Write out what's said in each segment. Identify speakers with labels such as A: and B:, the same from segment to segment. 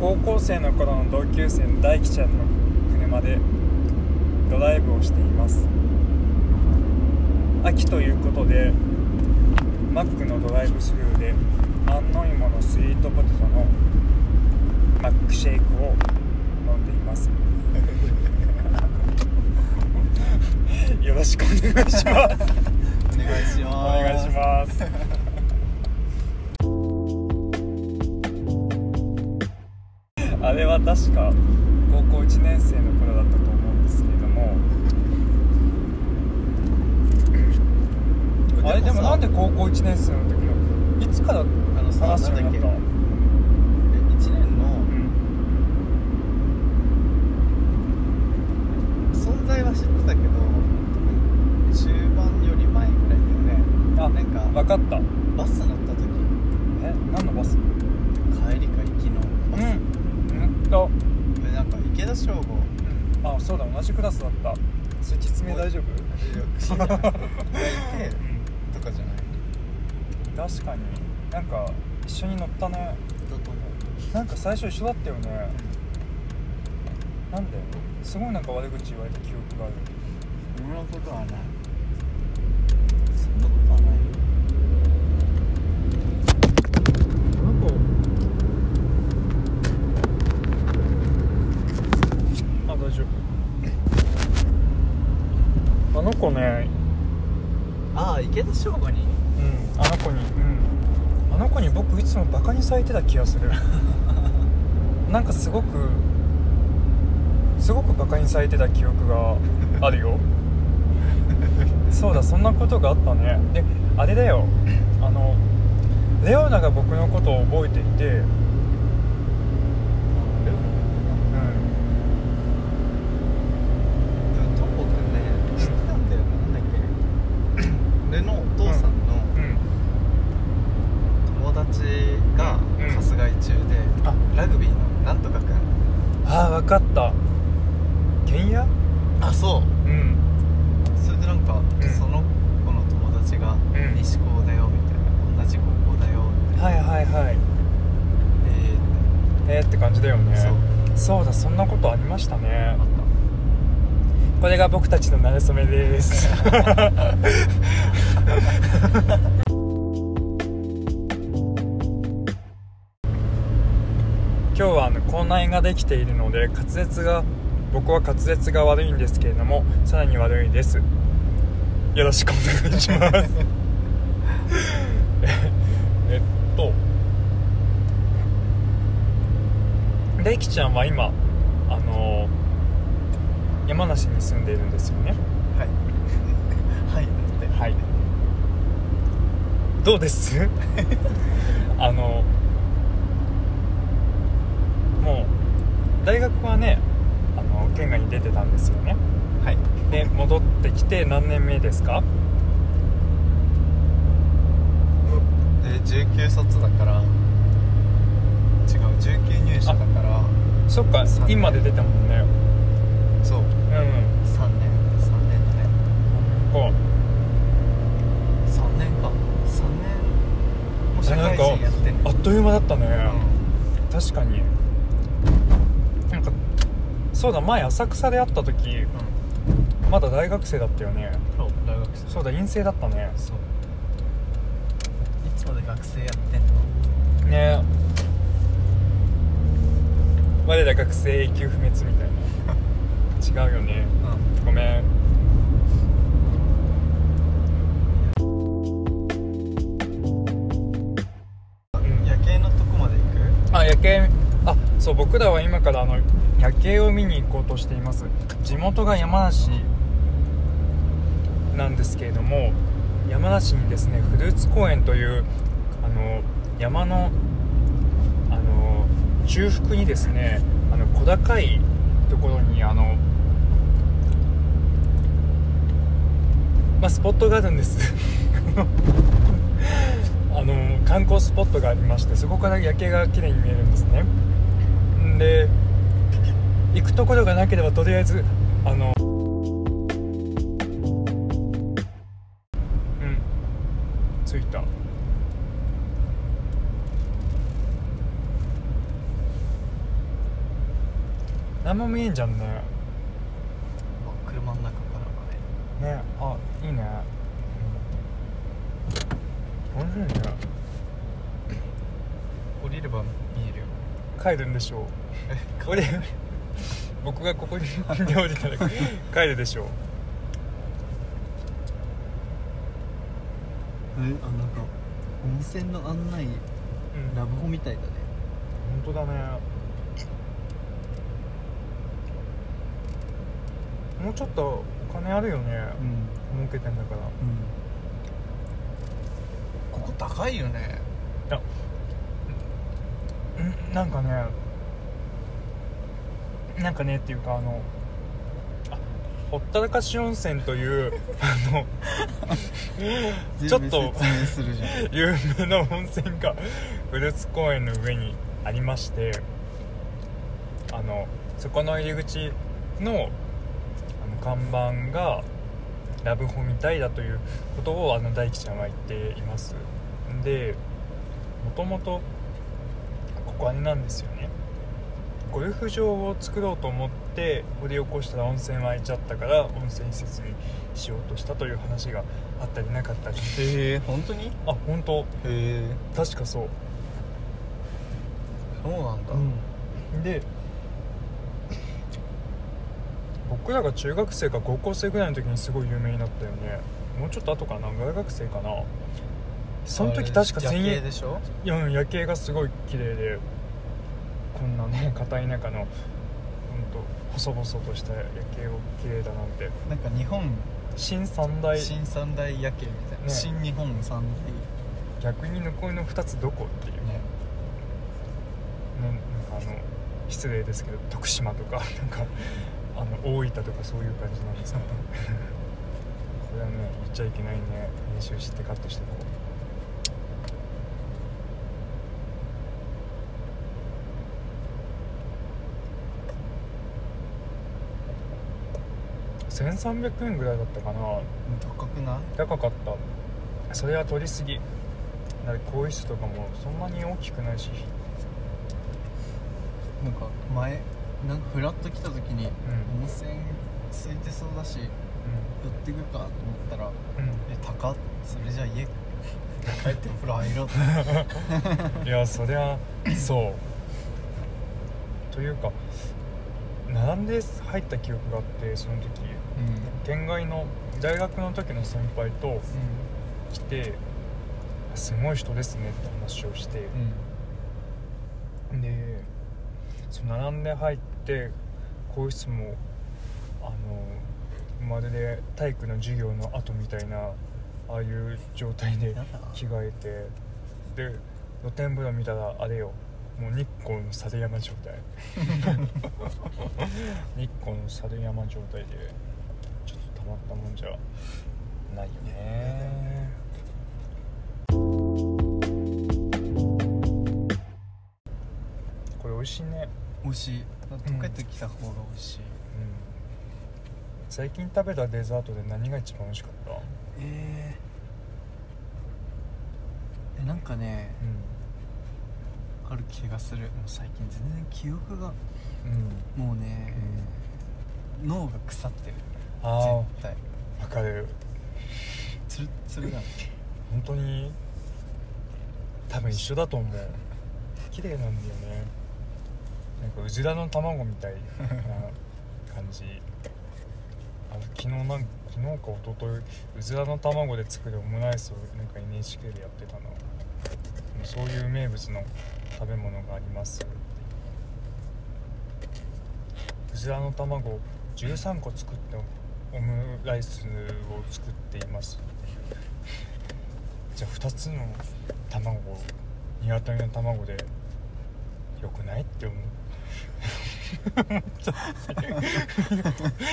A: 高校生の頃の同級生の大樹ちゃんの車でドライブをしています秋ということでマックのドライブスルーで安納芋のスイートポテトのマックシェイクを飲んでいますよろしくお願いします
B: お願
A: お
B: いします
A: 願いします あれは確か高校1年生の頃だったと思うんですけれどもあれでもなんで高校1年生の時のいつから
B: あのさ
A: 話すようになった
B: なんだっ1年の
A: うん
B: 存在は知ってたけど中盤より前ぐらいだよね
A: あ
B: なんか
A: 分かった
B: バス乗った時
A: え何のバス
B: 帰りか行きのバス、
A: うんと
B: でなんか池田翔吾
A: あそうだ同じクラスだったそれ実名大丈夫
B: がいてとかじゃない
A: 確かになんか一緒に乗ったね
B: だと思
A: なんか最初一緒だったよねなんだよすごいなんか悪口言われた記憶がある
B: そんなことはないそんなことはないよ
A: なんかあ大丈夫あの子ね
B: ああ池田翔吾
A: う
B: に
A: んあの子にうんあの子に僕いつもバカにされてた気がす るなんかすごくすごくバカにされてた記憶がある よそうだそんなことがあったねであれだよあのレオナが僕のことを覚えていてうん
B: でもトンボくんね知ってたんだよねなんだっけ俺のお父さんの
A: うん
B: 友達が
A: うん
B: 春日井中で、
A: あ
B: ラグビーのなんとかくん
A: ああ分かった原野
B: あそう
A: うん
B: それでなんか、
A: ん
B: その子の友達が「
A: ん
B: 西高だよ」みたいな「同じ高校だよ」みたいな
A: はいはいはい
B: 「え
A: えー、って感じだよね
B: そう
A: そうだそんなことありましたね
B: ー、あった」
A: これが僕たちの馴れ初めです 今日はあの口内ができているので滑舌が僕は滑舌が悪いんですけれどもさらに悪いですよろしくお願いします えっと大樹ちゃんは今あの山梨に住んでいるんですよね
B: はい はいだって
A: はいどうです あのもう大学はねあの県外に出てたんですよね
B: はい
A: で戻ってきて何年目ですか
B: で19卒だから違う19入試だから
A: そっか
B: 三年
A: 今で出たもんね
B: そう
A: うんうん
B: 3年3年だね
A: こう
B: 3年か3年も社会人やってん
A: あ
B: の
A: っという間だったね、
B: うん
A: 確かになんかそうだ前浅草で会った時まだ大学生だったよね
B: そう大学生
A: そうだ陰性だったね
B: そういつまで学生やってんの
A: ね我ら学生永久不滅みたいな違うよね
B: うん
A: ごめんうん
B: 夜景のとこまで行く
A: あ夜景あそう僕らは今からあの夜景を見に行こうとしています地元が山梨なんですけれども山梨にですねフルーツ公園というあの山のあの中腹にですねあの小高いところにあのまあスポットがあるんですあの観光スポットがありましてそこから夜景が綺麗に見えるんですねんで行くところがなければとりあえずあのうん着いた何も見えんじゃんね
B: あ車の中からはね
A: ねあいいねうん面白いね
B: 降りれば見えるよ
A: 帰るんでしょう俺僕がここに産んでおりたら帰るでしょう
B: えあなんか温泉の案内
A: うん
B: ラブホみたいだね
A: 本当だねもうちょっとお金あるよね、
B: ん
A: 儲けてんだから
B: ここ高いよね
A: うんなんかねなんかねっていうかあのあほったらかし温泉というあのちょっと
B: 全部説明するじゃん
A: 有名な温泉が古津公園の上にありましてあのそこの入り口のあの看板がラブホみたいだということをあの大樹ちゃんは言っていますでもともとここあれなんですよねゴルフ場を作ろうと思って掘り起こしたら温泉湧いちゃったから温泉施設にしようとしたという話があったりなかったり
B: へえ本当にへ
A: あ本当
B: え
A: 確かそう
B: そうなんだ、
A: で僕らが中学生か高校生ぐらいの時にすごい有名になったよねもうちょっと後かな大学生かなその時確か
B: あ
A: 1000
B: れ夜景
A: 円
B: でしょ
A: いやうん夜景がすごい綺麗でこんなね 片田舎のほんと細々とした夜景を綺麗だなんて
B: なんか日本
A: 新三大
B: 新三大夜景みたいな、
A: ね
B: 新日本三
A: 逆に残りの2つどこっていう
B: 大ね
A: ね、なんかあの失礼ですけど徳島とか なんかあの大分とかそういう感じなんですか ねこれはね言っちゃいけないね編集してカットしてこう1300円ぐらいだったかな
B: 高くない
A: 高かったそれは取りすぎだって更衣室とかもそんなに大きくないし
B: なんか前なんかフラッと来た時に、
A: ん
B: 温泉空いてそうだし寄ってくかと思ったら
A: うんうん
B: え高っそれじゃ あ家帰ってお風呂入ろうと
A: いやそりゃそうというか並んで入った記憶があってその時
B: うんうん
A: 県外の大学の時の先輩と来てすごい人ですねって話をして、でその並んで入って更衣室もあのまるで体育の授業の後みたいなああいう状態で
B: やだ
A: 着替えてで露天風呂見たらあれよもう日光の猿山状 態日光の猿山状態でちょっとたまったもんじゃないよねこれ美味しいね
B: 美味しい溶けてきた方が美味しい、
A: うん最近食べたデザートで何が一番美味しかったうん
B: えーえなんかねある気がするもう最近全然記憶が
A: うん
B: もうね、脳が腐ってる
A: あ
B: 絶対
A: あわかる
B: つるつるなの
A: 本当に多分一緒だと思う綺麗なんだよねなんかうずらの卵みたいな感じあの昨日なん昨日か一昨日うずらの卵で作るオムライスをなんか NHK でやってたなでもそういう名物の食べ物がありますってうずらの卵13個作ってオムライスを作っていますじゃあ2つの卵を鶏の卵でよくないって思う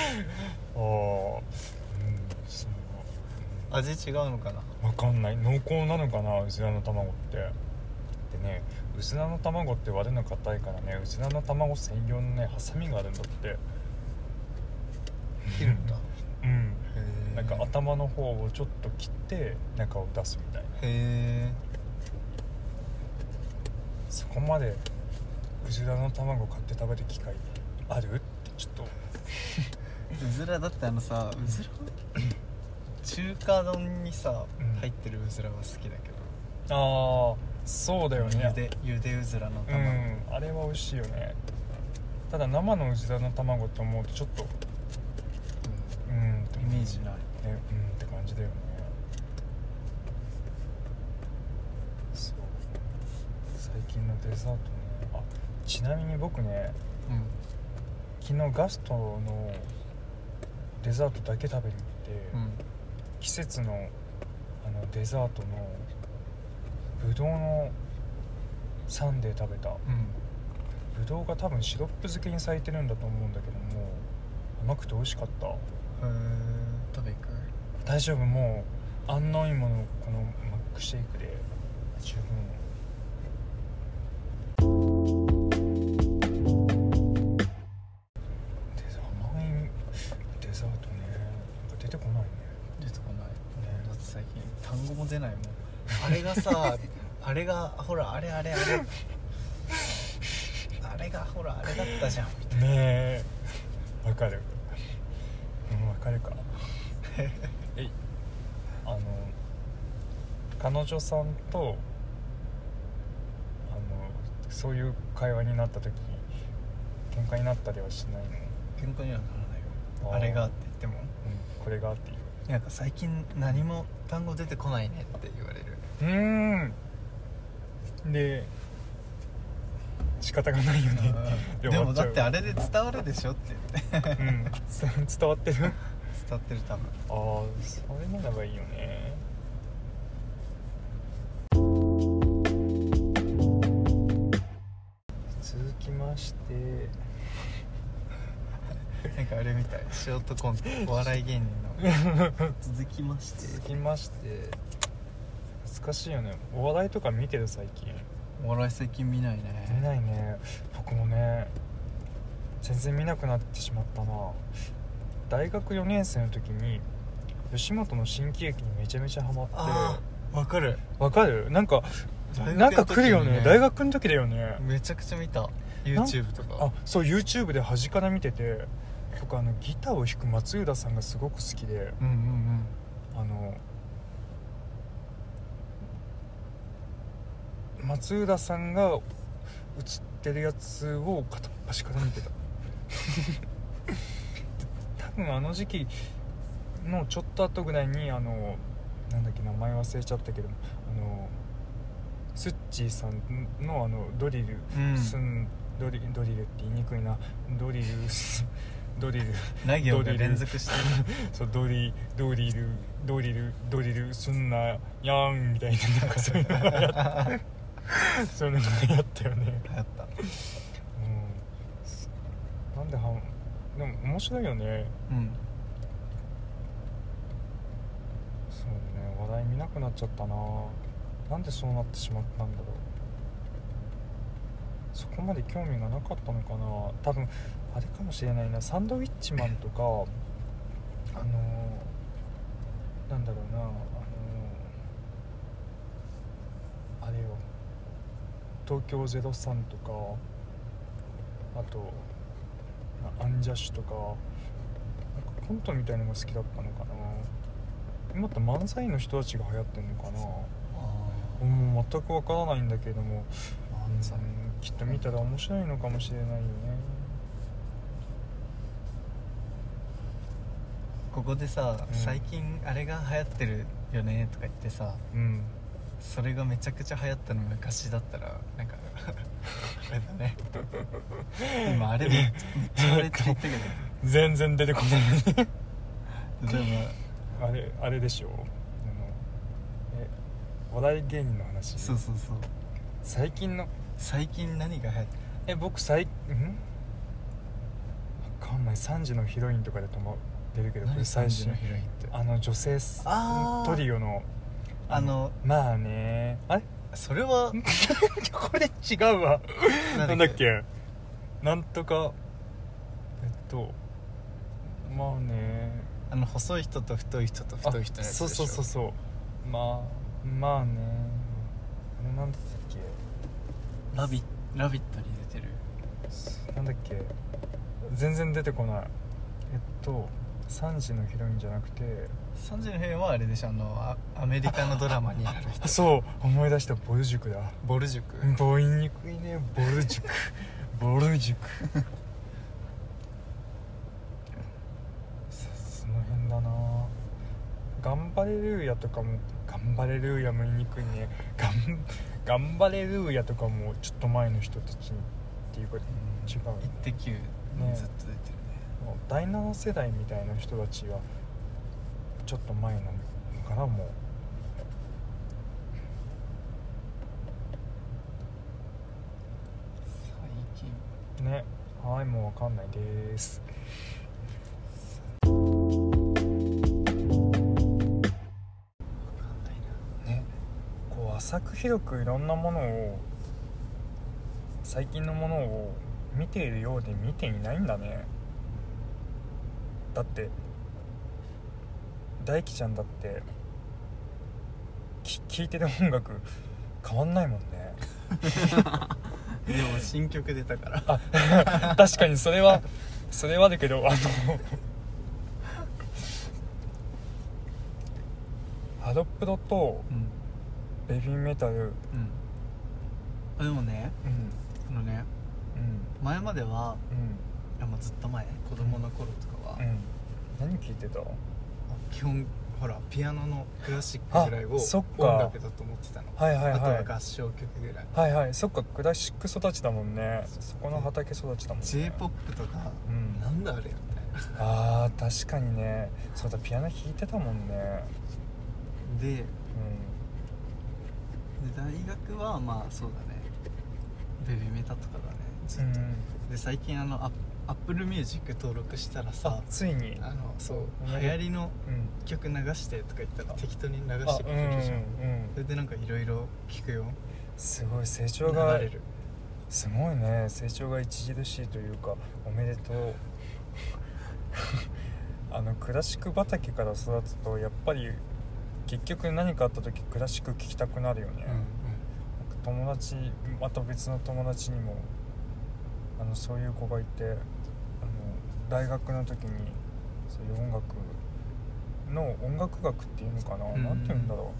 A: 思っちゃってああうん
B: 味違うのかな
A: そうわかんない濃厚なのかなうずらの卵ってでねうずらの卵って割るの硬いからねうずらの卵専用のねハサミがあるんだって
B: 切るんだ
A: うん
B: へ
A: なんか頭の方をちょっと切って中を出すみたいな
B: へえ
A: そこまでクジラの卵買って食べる機会あるってちょっと
B: うずらだってあのさうずら中華丼にさ
A: うん
B: 入ってるうずらは好きだけど、
A: ああそうだよ
B: ゆ
A: ね
B: でゆでうずらの
A: う
B: 卵、
A: んあれは美味しいよねただ生のうずらの卵と思うとちょっとうんって
B: イメージない
A: ねうんって感じだよねそう最近のデザートねあちなみに僕ね
B: うん
A: 昨日ガストのデザートだけ食べに行って、
B: うん
A: 季節のあのデザートのぶどうのサンデー食べた
B: うん
A: ぶどうが多分シロップ漬けに咲いてるんだと思うんだけども甘くて美味しかった
B: へえ食べ行く
A: 大丈夫もう安納芋のこのマックシェイクで十分デザ甘いデザートねなんか出てこないね
B: 出てこない
A: ね
B: だって最近単語も出ないもんあれが さあれがほらあれあれあれあれがほらあれだったじゃんみたい
A: ねえわかるうんわかる かえいあの彼女さんとあのそういう会話になった時喧嘩になったりはしないの、
B: な喧嘩にはならないよ
A: あー
B: あれがって言っても
A: うん、これがあっていう
B: なんか最近何も単語出てこないねって言われる
A: うーんで仕方がないよねって
B: でもだってあ
A: れ
B: れで伝わるでしょって言って
A: うんつ伝わってる
B: 伝ってる多分
A: ああそれならばいいよね続きまして
B: なんかあれみたいショートコントお笑い芸人 の続きまして
A: 続きまして難しいよねお笑いとか見てる最近
B: お笑い最近見ないね
A: 見ないね僕もね全然見なくなってしまったな大学4年生の時に吉本の新喜劇にめちゃめちゃハマっ
B: あ
A: て
B: あわかる
A: わかるなんか
B: 大学の時にね
A: なんか来るよね大学の時だよね
B: めちゃくちゃ見た
A: なん
B: YouTube とか
A: あそう YouTube で端から見てて僕あのギターを弾く松浦さんがすごく好きで
B: うんうん
A: あの松浦さんが映ってるやつを片っ端から見て た多分あの時期のちょっと後ぐらいにあのなんだっけ名前忘れちゃったけどあのスッチーさんのあのドリル、
B: うん
A: スンドリドリルって言いにくいなドリルスドリル
B: うんな行が連続してる
A: そうドリドリルドリルドリルすんなやんみたいななんか そういうのがやっそういうのがやったよね
B: 流行った
A: うんそなんではでも面白いよね
B: うん
A: そうね話題見なくなっちゃったななんでそうなってしまったんだろうそこまで興味がなかったのかな多分あれかもしれないなサンドウィッチマンとかあのーなんだろうなあのーあれよ東京03とかあとあアンジャッシュとかなんかコントみたいのが好きだったのかな今って漫才の人たちが流行ってんのかな
B: あ
A: もう全くわからないんだけれども
B: あ漫才
A: うんきっと見たら面白いのかもしれないよね
B: ここでさ、
A: うん
B: 最近あれが流行ってるよねとか言ってさ
A: うん
B: それがめちゃくちゃ流行ったの昔だったらなん かあれだね今あれめっちゃあれって言ったけ
A: 全然出てこない
B: ど例え
A: あれあれでしょあのえお笑い芸人の話
B: ばそうそうそう
A: 最近の
B: 最近何が流行って
A: え僕最んわかんない3時のヒロインとかで止ま出るけ
B: る
A: どこれ最新
B: 何三時のヒロインって
A: あの女性す
B: あー
A: トリオの
B: あの
A: まあ ねあれ
B: それは
A: これ違うわなんだっけなんとかえっとまあね
B: あの細い人と太い人と太い人
A: あ
B: のやつでし
A: そ
B: ょ
A: うそうそうそうまあまあねあれなんだっけ
B: ラビ「ラビット!」に出てる
A: なんだっけ全然出てこないえっと3時のヒロインじゃなくて
B: 3時の兵はあれでしょあのあアメリカのドラマになる人
A: あそう思い出したボル塾だ
B: ボル塾
A: ボイにくいねボル塾ボル塾さその辺だな頑張れルーヤとかも頑張れルーヤも言いにくいね頑頑張れルーヤとかもちょっと前の人たちにっていうか違う
B: 一滴ずっ
A: ね
B: と出てるね
A: もう第7世代みたいな人たちはちょっと前なのかなもう
B: 最近
A: ねはいもう分かんないです
B: わかんないな
A: ねこう浅く広くいろんなものを最近のものを見ているようで見ていないんだねだって大輝ちゃんだってき聴いてる音楽変わんないもんね
B: でも新曲出たから
A: あ 確かにそれはそれはだけどあのハロプロと
B: うん
A: ベビーメタル
B: うんあでもね
A: うん
B: あのね
A: うん
B: 前までは
A: うん
B: いやもうずっと前子供の頃とかは、
A: うん何聞いてた
B: 基本ほらピアノのクラシックぐらいを
A: あそっか
B: 音楽だと思ってたの、
A: はいはいはい
B: あとは合唱曲ぐらい
A: はいはいそっかクラシック育ちだもんね
B: そう
A: そこの畑育ちだもんね
B: j p o p とか、
A: うん
B: なんだあれみたいな
A: あー確かにねそうだピアノ弾いてたもんね
B: でで
A: う
B: 大学はまあそうだねベビーメタとかだねず
A: ん、う
B: っと、
A: ん、
B: で最近あのアップルミュージック登録したらさ
A: ついに
B: あのそう
A: うん
B: 流行りの
A: うん
B: 曲流してとか言ったら適当に流
A: あ
B: して
A: う
B: く
A: んう
B: れるじゃん、
A: ん
B: それでなんかいろいろ聞くよ
A: すごい成
B: 流
A: 長が
B: れる
A: すごいね成長が著しいというかおめでとう あのクラシック畑から育つとやっぱり結局何かあった時クラシック聴きたくなるよね、友達また別の友達にもあのそういう子がいてあの大学の時にそういう音楽の音楽学っていうのかな
B: うん
A: 何、なん、て言うんだろ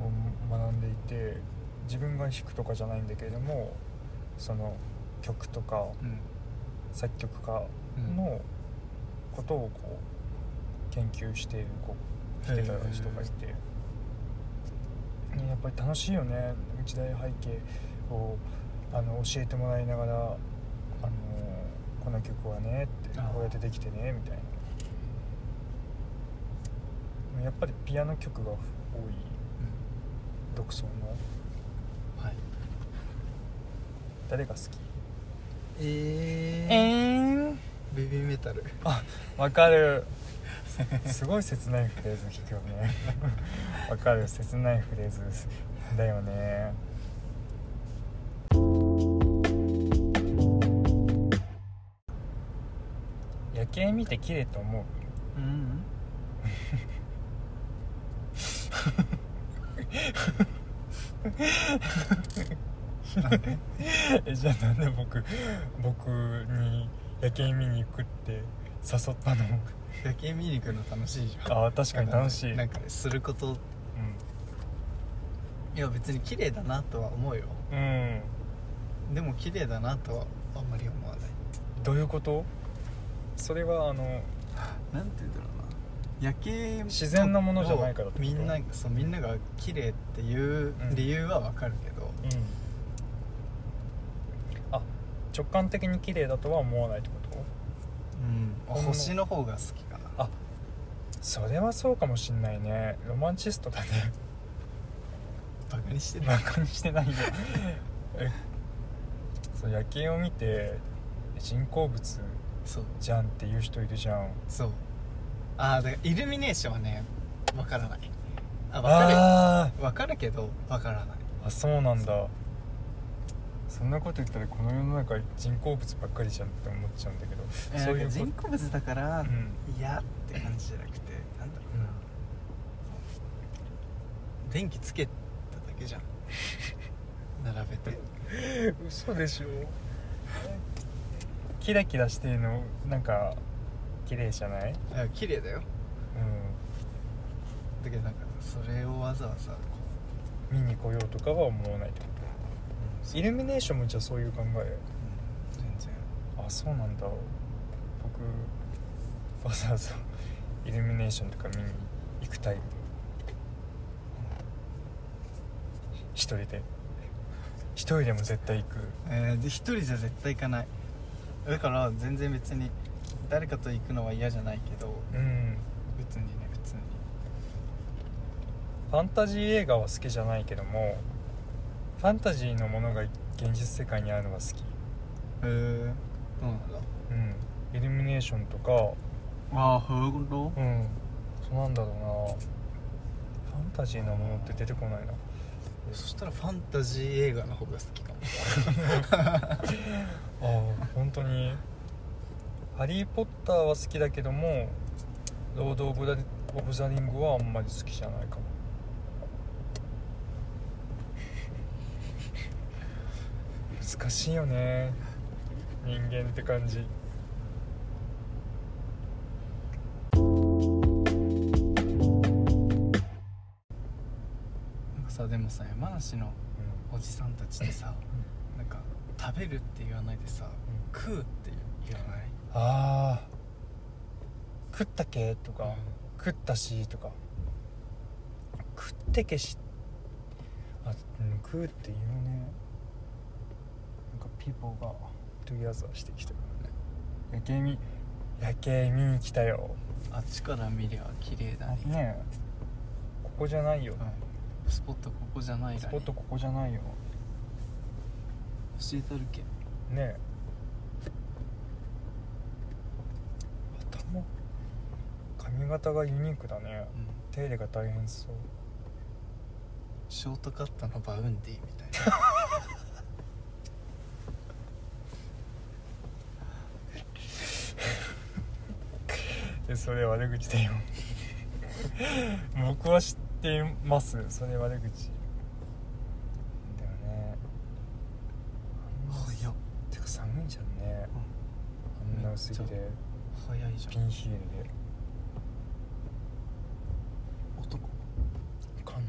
A: う、うん、を学んでいて自分が弾くとかじゃないんだけれどもその曲とか
B: うん
A: 作曲家
B: うん
A: のことをこう研究している子来てた人がいて、ねやっぱり楽しいよね時代背景をあの教えてもらいながらあのこの曲はねって
B: あー
A: こうやってできてねみたいなやっぱりピアノ曲が多い独奏の
B: うんはい
A: 誰が好き
B: え
A: ー
B: ー、
A: ん
B: ベビーメタル
A: あわかるすごい切ないフレーズ聞くよねわかる切ないフレーズだよね夜景見て綺麗と思う
B: うん
A: えじゃあなんで僕僕に夜景見に行くって誘った の
B: 夜景見に行くの楽しいじゃん
A: あー確かに楽しい、うん
B: なんかねすることいや別に綺麗だなとは思うよ
A: うん、
B: でも綺麗だなとはあんまり思わない
A: どういうことそれはあの
B: なんて言うんだろうな夜景
A: 自然なものじゃないからってこと
B: みんなそうみんなが綺麗っていう理由はわかるけど、
A: あ直感的に綺麗だとは思わないってこと
B: うん星の方が好きかな
A: あそれはそうかもしんないねロマンチストだ ね
B: バカにしてる
A: バカにしてないよ えそう夜景を見て人工物
B: そう
A: じゃんっていう人いるじゃん
B: そうああだからイルミネーションはねわからないあわか
A: あ
B: るわかるけどわからない
A: ーあそうなんだそんなこと言ったらこの世の中人工物ばっかりじゃんって思っちゃうんだけどそういう
B: なん
A: こと
B: か人工物だから、
A: うん
B: 嫌って感じじゃなくてなんだろう
A: う
B: なん電気つけただけ じゃん並べて
A: 嘘でしょキラキラしてるのなんか綺麗じゃない
B: あ綺麗だよ
A: う
B: だけどなんかそれをわざわざこ
A: ん見に来ようとかは思わないってこ
B: う、うんそ
A: とイルミネーションもじゃあそういう考え
B: うん全然
A: あそうなんだ僕わざわざイルミネーションとか見に行くタイプ一人で一人でも絶対行く
B: えーで一人じゃ絶対行かないだから全然別に誰かと行くのは嫌じゃないけど
A: うん
B: 別にね普通に
A: ファンタジー映画は好きじゃないけどもファンタジーのものが現実世界にあるのは好き
B: へえそうなんだ
A: うんイルミネーションとか
B: ああそういうこ
A: うんそうなんだろうなファンタジーなものって出てこないな
B: とそしたらファンタジー映画の方が好き かも
A: ああ本当に「ハリー・ポッター」は好きだけども「ロード・オブ・ザ・オブザリング」はあんまり好きじゃないかも難しいよね人間って感じ
B: なんかさでもさ山梨のおじさんたちってさなんか食べるって言わないでさ
A: ん
B: 食うって言わない
A: ああ食ったけとか、
B: うん
A: 食ったしとか食ってけしあうん食うって言うねなんかピーポーがトゥギャザーしてきたからね夜景見夜景見に来たよ
B: あっちから見りゃ綺麗だね
A: ねえここじゃないよ、
B: うんスポットここじゃないだね
A: スポットここじゃないよ
B: 教えたるけ
A: ねえ頭髪型がユニークだね
B: うん
A: 手入れが大変そう
B: ショートカットのバウンディみたい な
A: えそれ悪口だよ 僕は知ってますそれ悪口だよね
B: 早っ
A: ってか寒いじゃんねあんな薄着
B: めっ
A: で
B: 早いじ
A: ピ
B: ゃん
A: ンヒールで
B: 男
A: 分かんない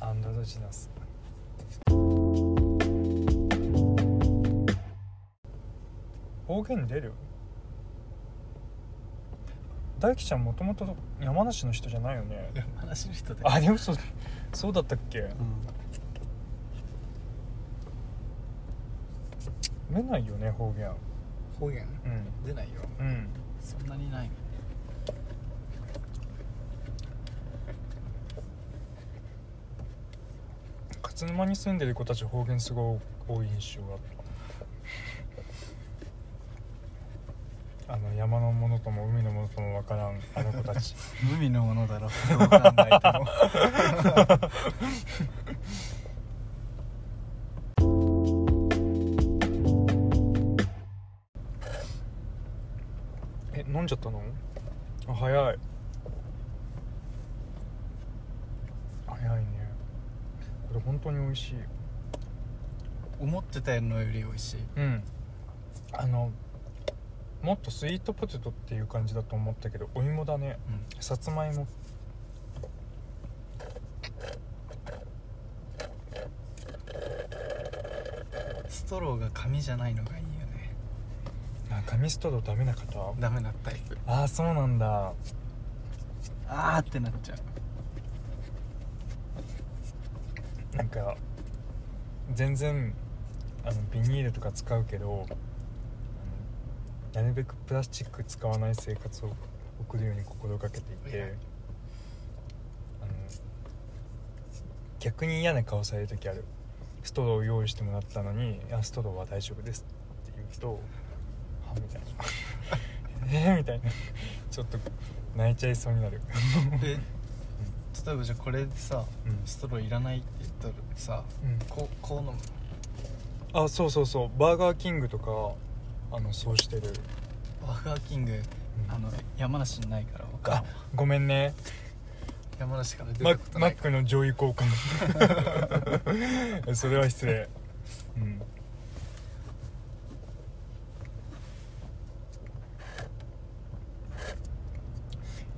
A: アンドロジナス方言出る大輝ちゃんもともと山梨の人じゃないよね
B: 山梨の人で
A: あでもそうそうだったっけ
B: う
A: 出ないよね方言
B: ん方言
A: う
B: 出ないよ
A: んうん
B: そんなにない
A: 勝沼に住んでる子たち方言すごい多い印象があったあの山のものとも海のものとも分からんあの子たち
B: 海のものだろわかんないと思う
A: え飲んじゃったのあ早い早いねこれ本当に美味しい
B: 思ってたのより美味しい
A: うんあのもっとスイートポテトっていう感じだと思ったけどお芋だねさつまいも
B: ストローが紙じゃないのがいいよね
A: あ紙ストローダメな方
B: ダメなタイプ
A: ああそうなんだ
B: あーってなっちゃう
A: なんか全然あのビニールとか使うけどあのなるべくプラスチック使わない生活を送るように心がけてい
B: はいはい
A: てあの逆に嫌な顔される時あるストローを用意してもらったのに「あストローは大丈夫です」って言うと「はみたいな「えーみたいな ちょっと泣いちゃいそうになる
B: え例えばじゃあこれでさ、
A: うん
B: ストローいらないって言ったらさ
A: うん
B: こうこう飲む
A: あそうそうそうバーガーキングとかあのそうしてる
B: バーガーキング、
A: うん
B: あの山梨にないから分かん
A: あごめんね
B: 山梨から出
A: マ
B: て
A: ッ
B: こ
A: ク
B: と
A: マ
B: な
A: ッ
B: い
A: クの上位交換 それは失礼うん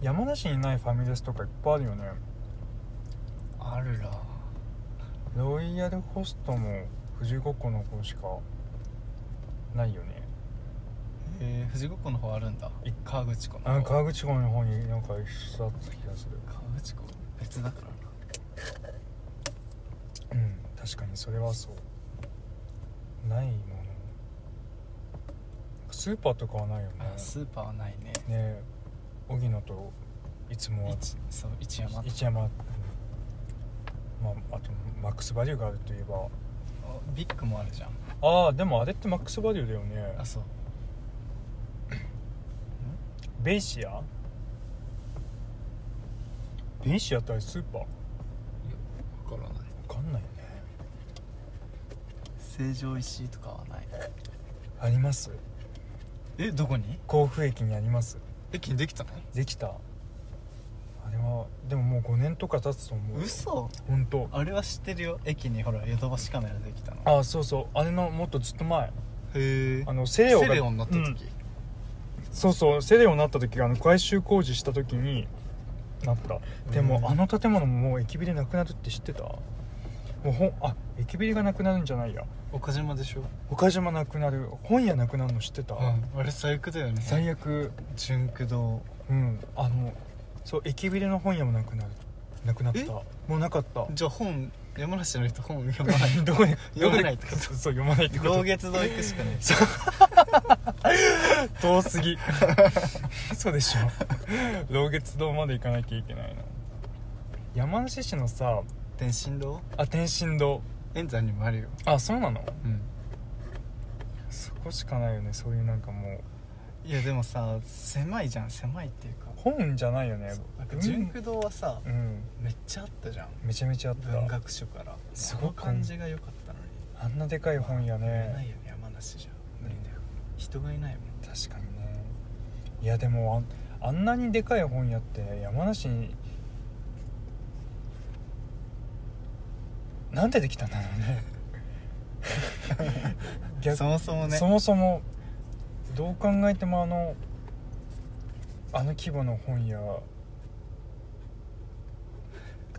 A: 山梨にないファミレスとかいっぱいあるよね
B: あるら
A: ロイヤルホストも富士五湖の方しかないよね
B: えー、富士五湖の方あるんだ
A: い
B: 川口湖の
A: あ
B: 方
A: 川口湖の方になんか一緒だった気がする
B: 川口湖別だからな
A: うん確かにそれはそうないものスーパーとかはないよね
B: あスーパーはないね
A: ね荻野といつもは
B: 一そう一山あ
A: 一山、うんまあ、あとマックスバリューがあるといえば
B: ビッグもあるじゃん
A: ああでもあれってマックスバリューだよね
B: あそう
A: ベイシアベイシアってあれスーパーわ
B: 分からない
A: かんないね
B: 成城石井とかはない
A: あります
B: えどこに
A: 甲府駅にあります
B: 駅にできたの
A: できたあれはでももう5年とか経つと思う
B: 嘘
A: 本当
B: あれは知ってるよ駅にほらヨドバシカメラできたの
A: あそうそうあれのもっとずっと前
B: へえ
A: あの西洋が
B: セレオになった
A: うん
B: 時、
A: そうそうセレオになった時があの改修工事した時になったでも、
B: うん
A: あの建物ももう駅ビルなくなるって知ってたもうほんあ駅ビルがなくなるんじゃないや
B: 岡島でしょ、
A: 岡島なくなる本屋なくなるの知ってた、
B: うん、あれ最悪だよね
A: 最悪
B: 純駆動
A: うんあのそう駅ビルの本屋もなくなるなくなった
B: え
A: もうなかった
B: じゃあ本山梨の人本読 まない
A: どこで
B: 読まないってこと
A: そうそう読まないってこと
B: 老月堂行くしかない
A: 遠すぎ そうでしょ老月堂まで行かなきゃいけないな山梨市のさ
B: 天心堂
A: あ天神堂
B: 円山にもあるよ
A: あそうなの
B: うん
A: そこしかないよねそういうなんかもう
B: いやでもさ狭いじゃん狭いっていうか
A: 本じゃないよね
B: そうなんか
A: うん
B: 純駆動はさ、
A: うん
B: めっちゃあったじゃん
A: めちゃめちゃあった
B: 文学書から
A: す
B: そ
A: ご
B: の
A: く
B: 感じが良かったのに
A: あんなでかい本や
B: ない
A: ね
B: よね山梨じゃ
A: ないんだよ
B: 人がいないもん
A: 確かにねいやでもあんあんなにでかい本屋って山梨になんでできたんだろう ね逆
B: そもそもね
A: そもそもどう考えてもあのあの規模の本屋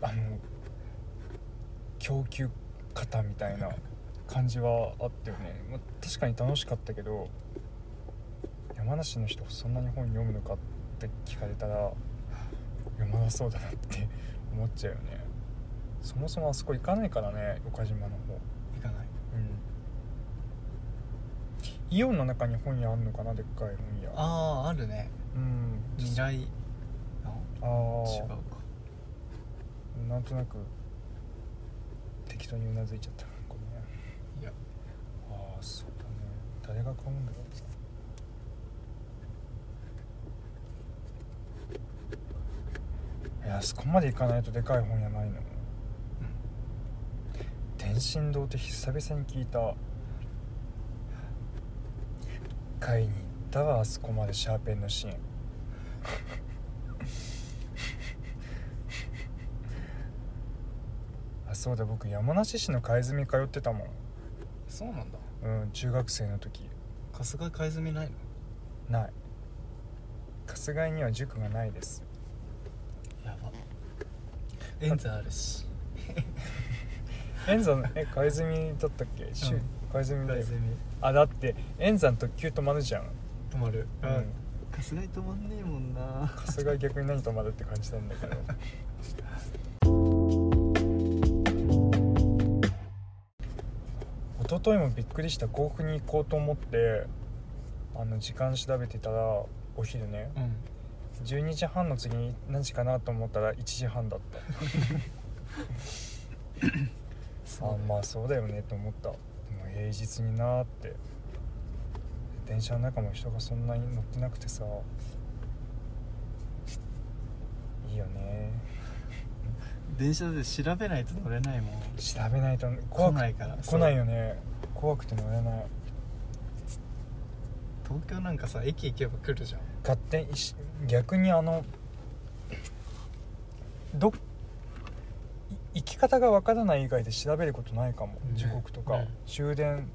A: あの供給方みたいな感じはあったよね、まあ確かに楽しかったけど山梨の人そんなに本読むのかって聞かれたら読まなそうだなって思っちゃうよねそもそもあそこ行かないからね岡島の方
B: 行かない
A: イオンの中に本屋あんのかなでっかい本屋
B: あああるね
A: うん
B: 未来
A: あ
B: の違う
A: あ
B: か
A: なんとなく適当にうなずいちゃったごめん
B: いや
A: ああそうだね誰が買うんだろういやあそこまで行かないとでかい本屋ないの天神堂って久々に聞いた買いに行ったわあそこまでシャーペンのシーン あそうだ僕山梨市の貝住通ってたもん
B: そうなんだ
A: うん中学生の時
B: 春日買いみないの
A: ない春日井には塾がないです
B: やば円山あるし
A: 円山え貝住だったっけ、しゅ
B: うん
A: 貝住だ
B: 海
A: よ
B: 鮮み
A: あだって円山特急止まるじゃん、
B: 止まる
A: う
B: うんん、春日井止まんねえもんな
A: 春日井逆に何止まるって感じなんだけ ど一昨日もびっくりした甲府に行こうと思ってあの時間調べてたらお昼ね
B: うん
A: 12時半の次に何時かなと思ったら1時半だった
B: そ
A: あ
B: う
A: まあそうだよねと思ったでも平日になーって電車の中も人がそんなに乗ってなくてさいいよね
B: 電車で調べないと乗れないもん
A: 調べないと
B: 来
A: 怖く
B: ないから
A: 来ない
B: よ
A: よね怖くて乗れない
B: 東京なんかさ駅行けば来るじゃん
A: 勝手にし逆にあのどい生き方がわからない以外で調べることないかも、
B: ね
A: 時刻とか、
B: ね
A: 終電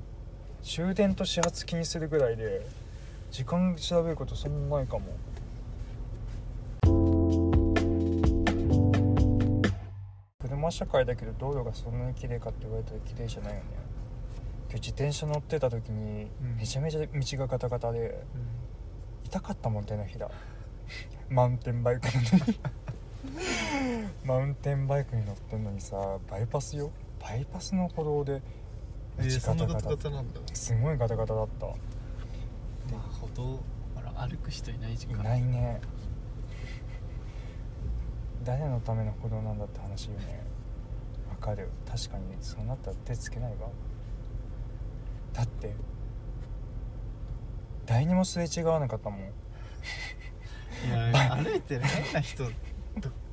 A: 終電と始発気にするぐらいで時間調べることそんなないかも車社会だけど道路がそんなに綺麗かって言われたら綺麗じゃないよね今日自転車乗ってた時に
B: うん
A: めちゃめちゃ道がガタガタで、痛かったもん手のひらマウンテンバイクなのにマウンテンバイクに乗ってんのにさバイパスよバイパスの歩道で
B: えー、そんなガタガタ
A: タ
B: なんだ
A: すごいガタガタだった
B: まあ歩道ほら歩く人いない時
A: い
B: 間
A: ないね誰のための歩道なんだって話よねわかる確かにそうなったら手つけないわだって誰にもすれ違わなかったもん
B: いや歩いてる変な人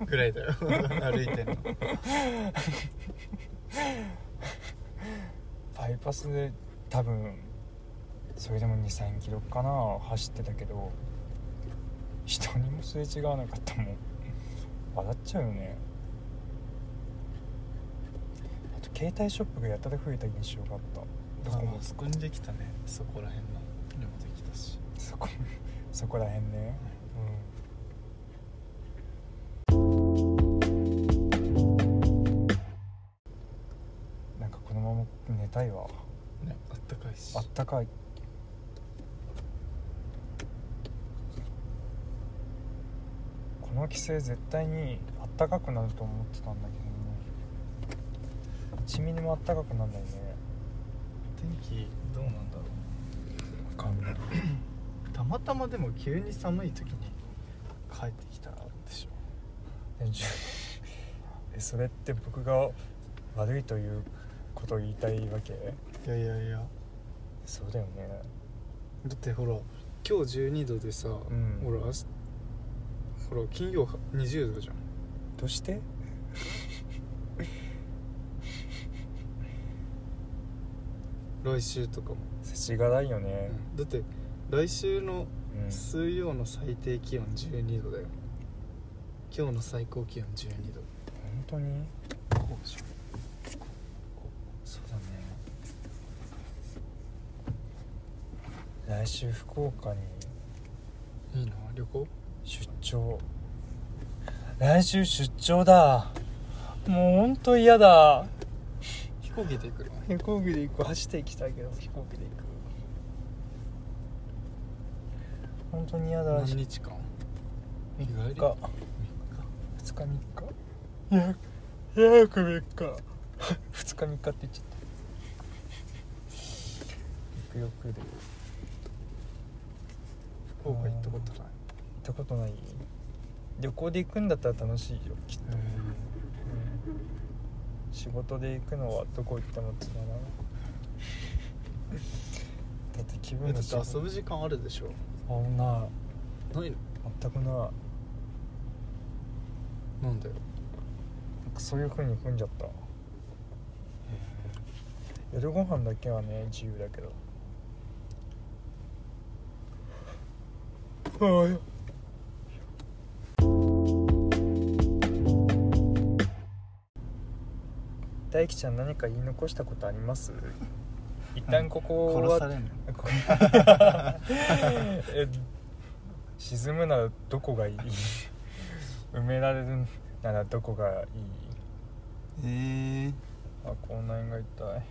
B: ぐらいだ よ歩いてるの
A: バイパスで多分それでも23キロかな走ってたけど人にもすれ違わなかったもん笑っちゃうよねあと携帯ショップがやたら増えた印象があったど
B: まあ
A: こ
B: ま
A: も
B: あそこにできたねそこら辺のでもできたし
A: そこそこら辺ねうんなんかこのまま寝たいわ
B: ねあったかいし
A: あったかいこの規制絶対にあったかくなると思ってたんだけどね1ミリもあったかくなんないね
B: 天気どうなんだろ
A: わかんない
B: うたまたまでも急に寒い時に帰ってきたらあるでしょ
A: えそれって僕が悪いということを言いたいわけ
B: いやいやいや
A: そうだよね
B: だってほら今日12度でさ、
A: ん
B: ほら明日ほら金曜は20度じゃん
A: どうして
B: 来週とかも、
A: 世知がないよね、
B: だって来週の
A: うん
B: 水曜の最低気温12度だよ今日の最高気温12度
A: 本当に
B: こうでしょ
A: そうだね来週福岡に
B: いいな旅行
A: 出張来週出張だもうほんと嫌だ
B: 飛行機で行くの
A: 飛行機で行く走って行きたいけど飛行機で行く本当に嫌だ
B: 何日間日帰り
A: 3日2日3日いや約3日2日3日って言っちゃった行くよくで行っ
B: 福岡行ったことない
A: たことない旅行で行くんだったら楽しいよきっと、仕事で行くのはどこ行ってもつまらないだって気
B: え
A: 分
B: だ
A: が
B: って遊ぶ時間あるでしょ
A: あない
B: ないの
A: 全くない
B: なんだよ
A: なんかそういう風に組んじゃった夜ご飯だけはね自由だけどはい大輝ちゃん何か言い残したことあり ます一旦ここ
B: 殺さ
A: は
B: れんの
A: ここ え沈むならどこがいい埋められるならどこがいい
B: ええ
A: あ口内が痛い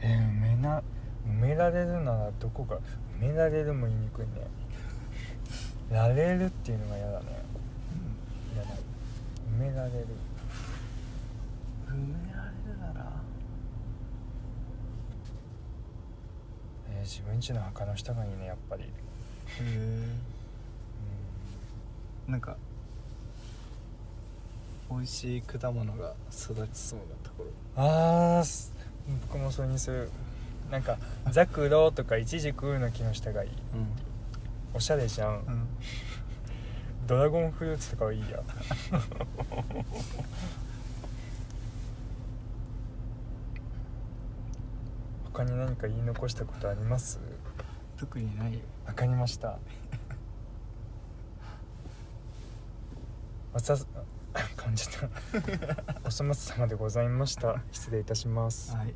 A: えー埋めな埋められるならどこが埋められるも言いにくいねられるっていうのが嫌だね嫌だ埋められる
B: 埋められるなら
A: えー自分家の墓の下がいいねやっぱり、うん、
B: へえなんか美味しい果物が育ちそうなところ
A: あーす僕もそれにするなんかザクロとかイチジクの木の下がいい
B: うん
A: おしゃれじゃん、
B: うん
A: ドラゴンフルーツとかはいいや 他に何か言い残したことあります
B: 特にないよ
A: わかりましたおさ 噛んじゃったお粗末様でございました失礼いたします
B: はい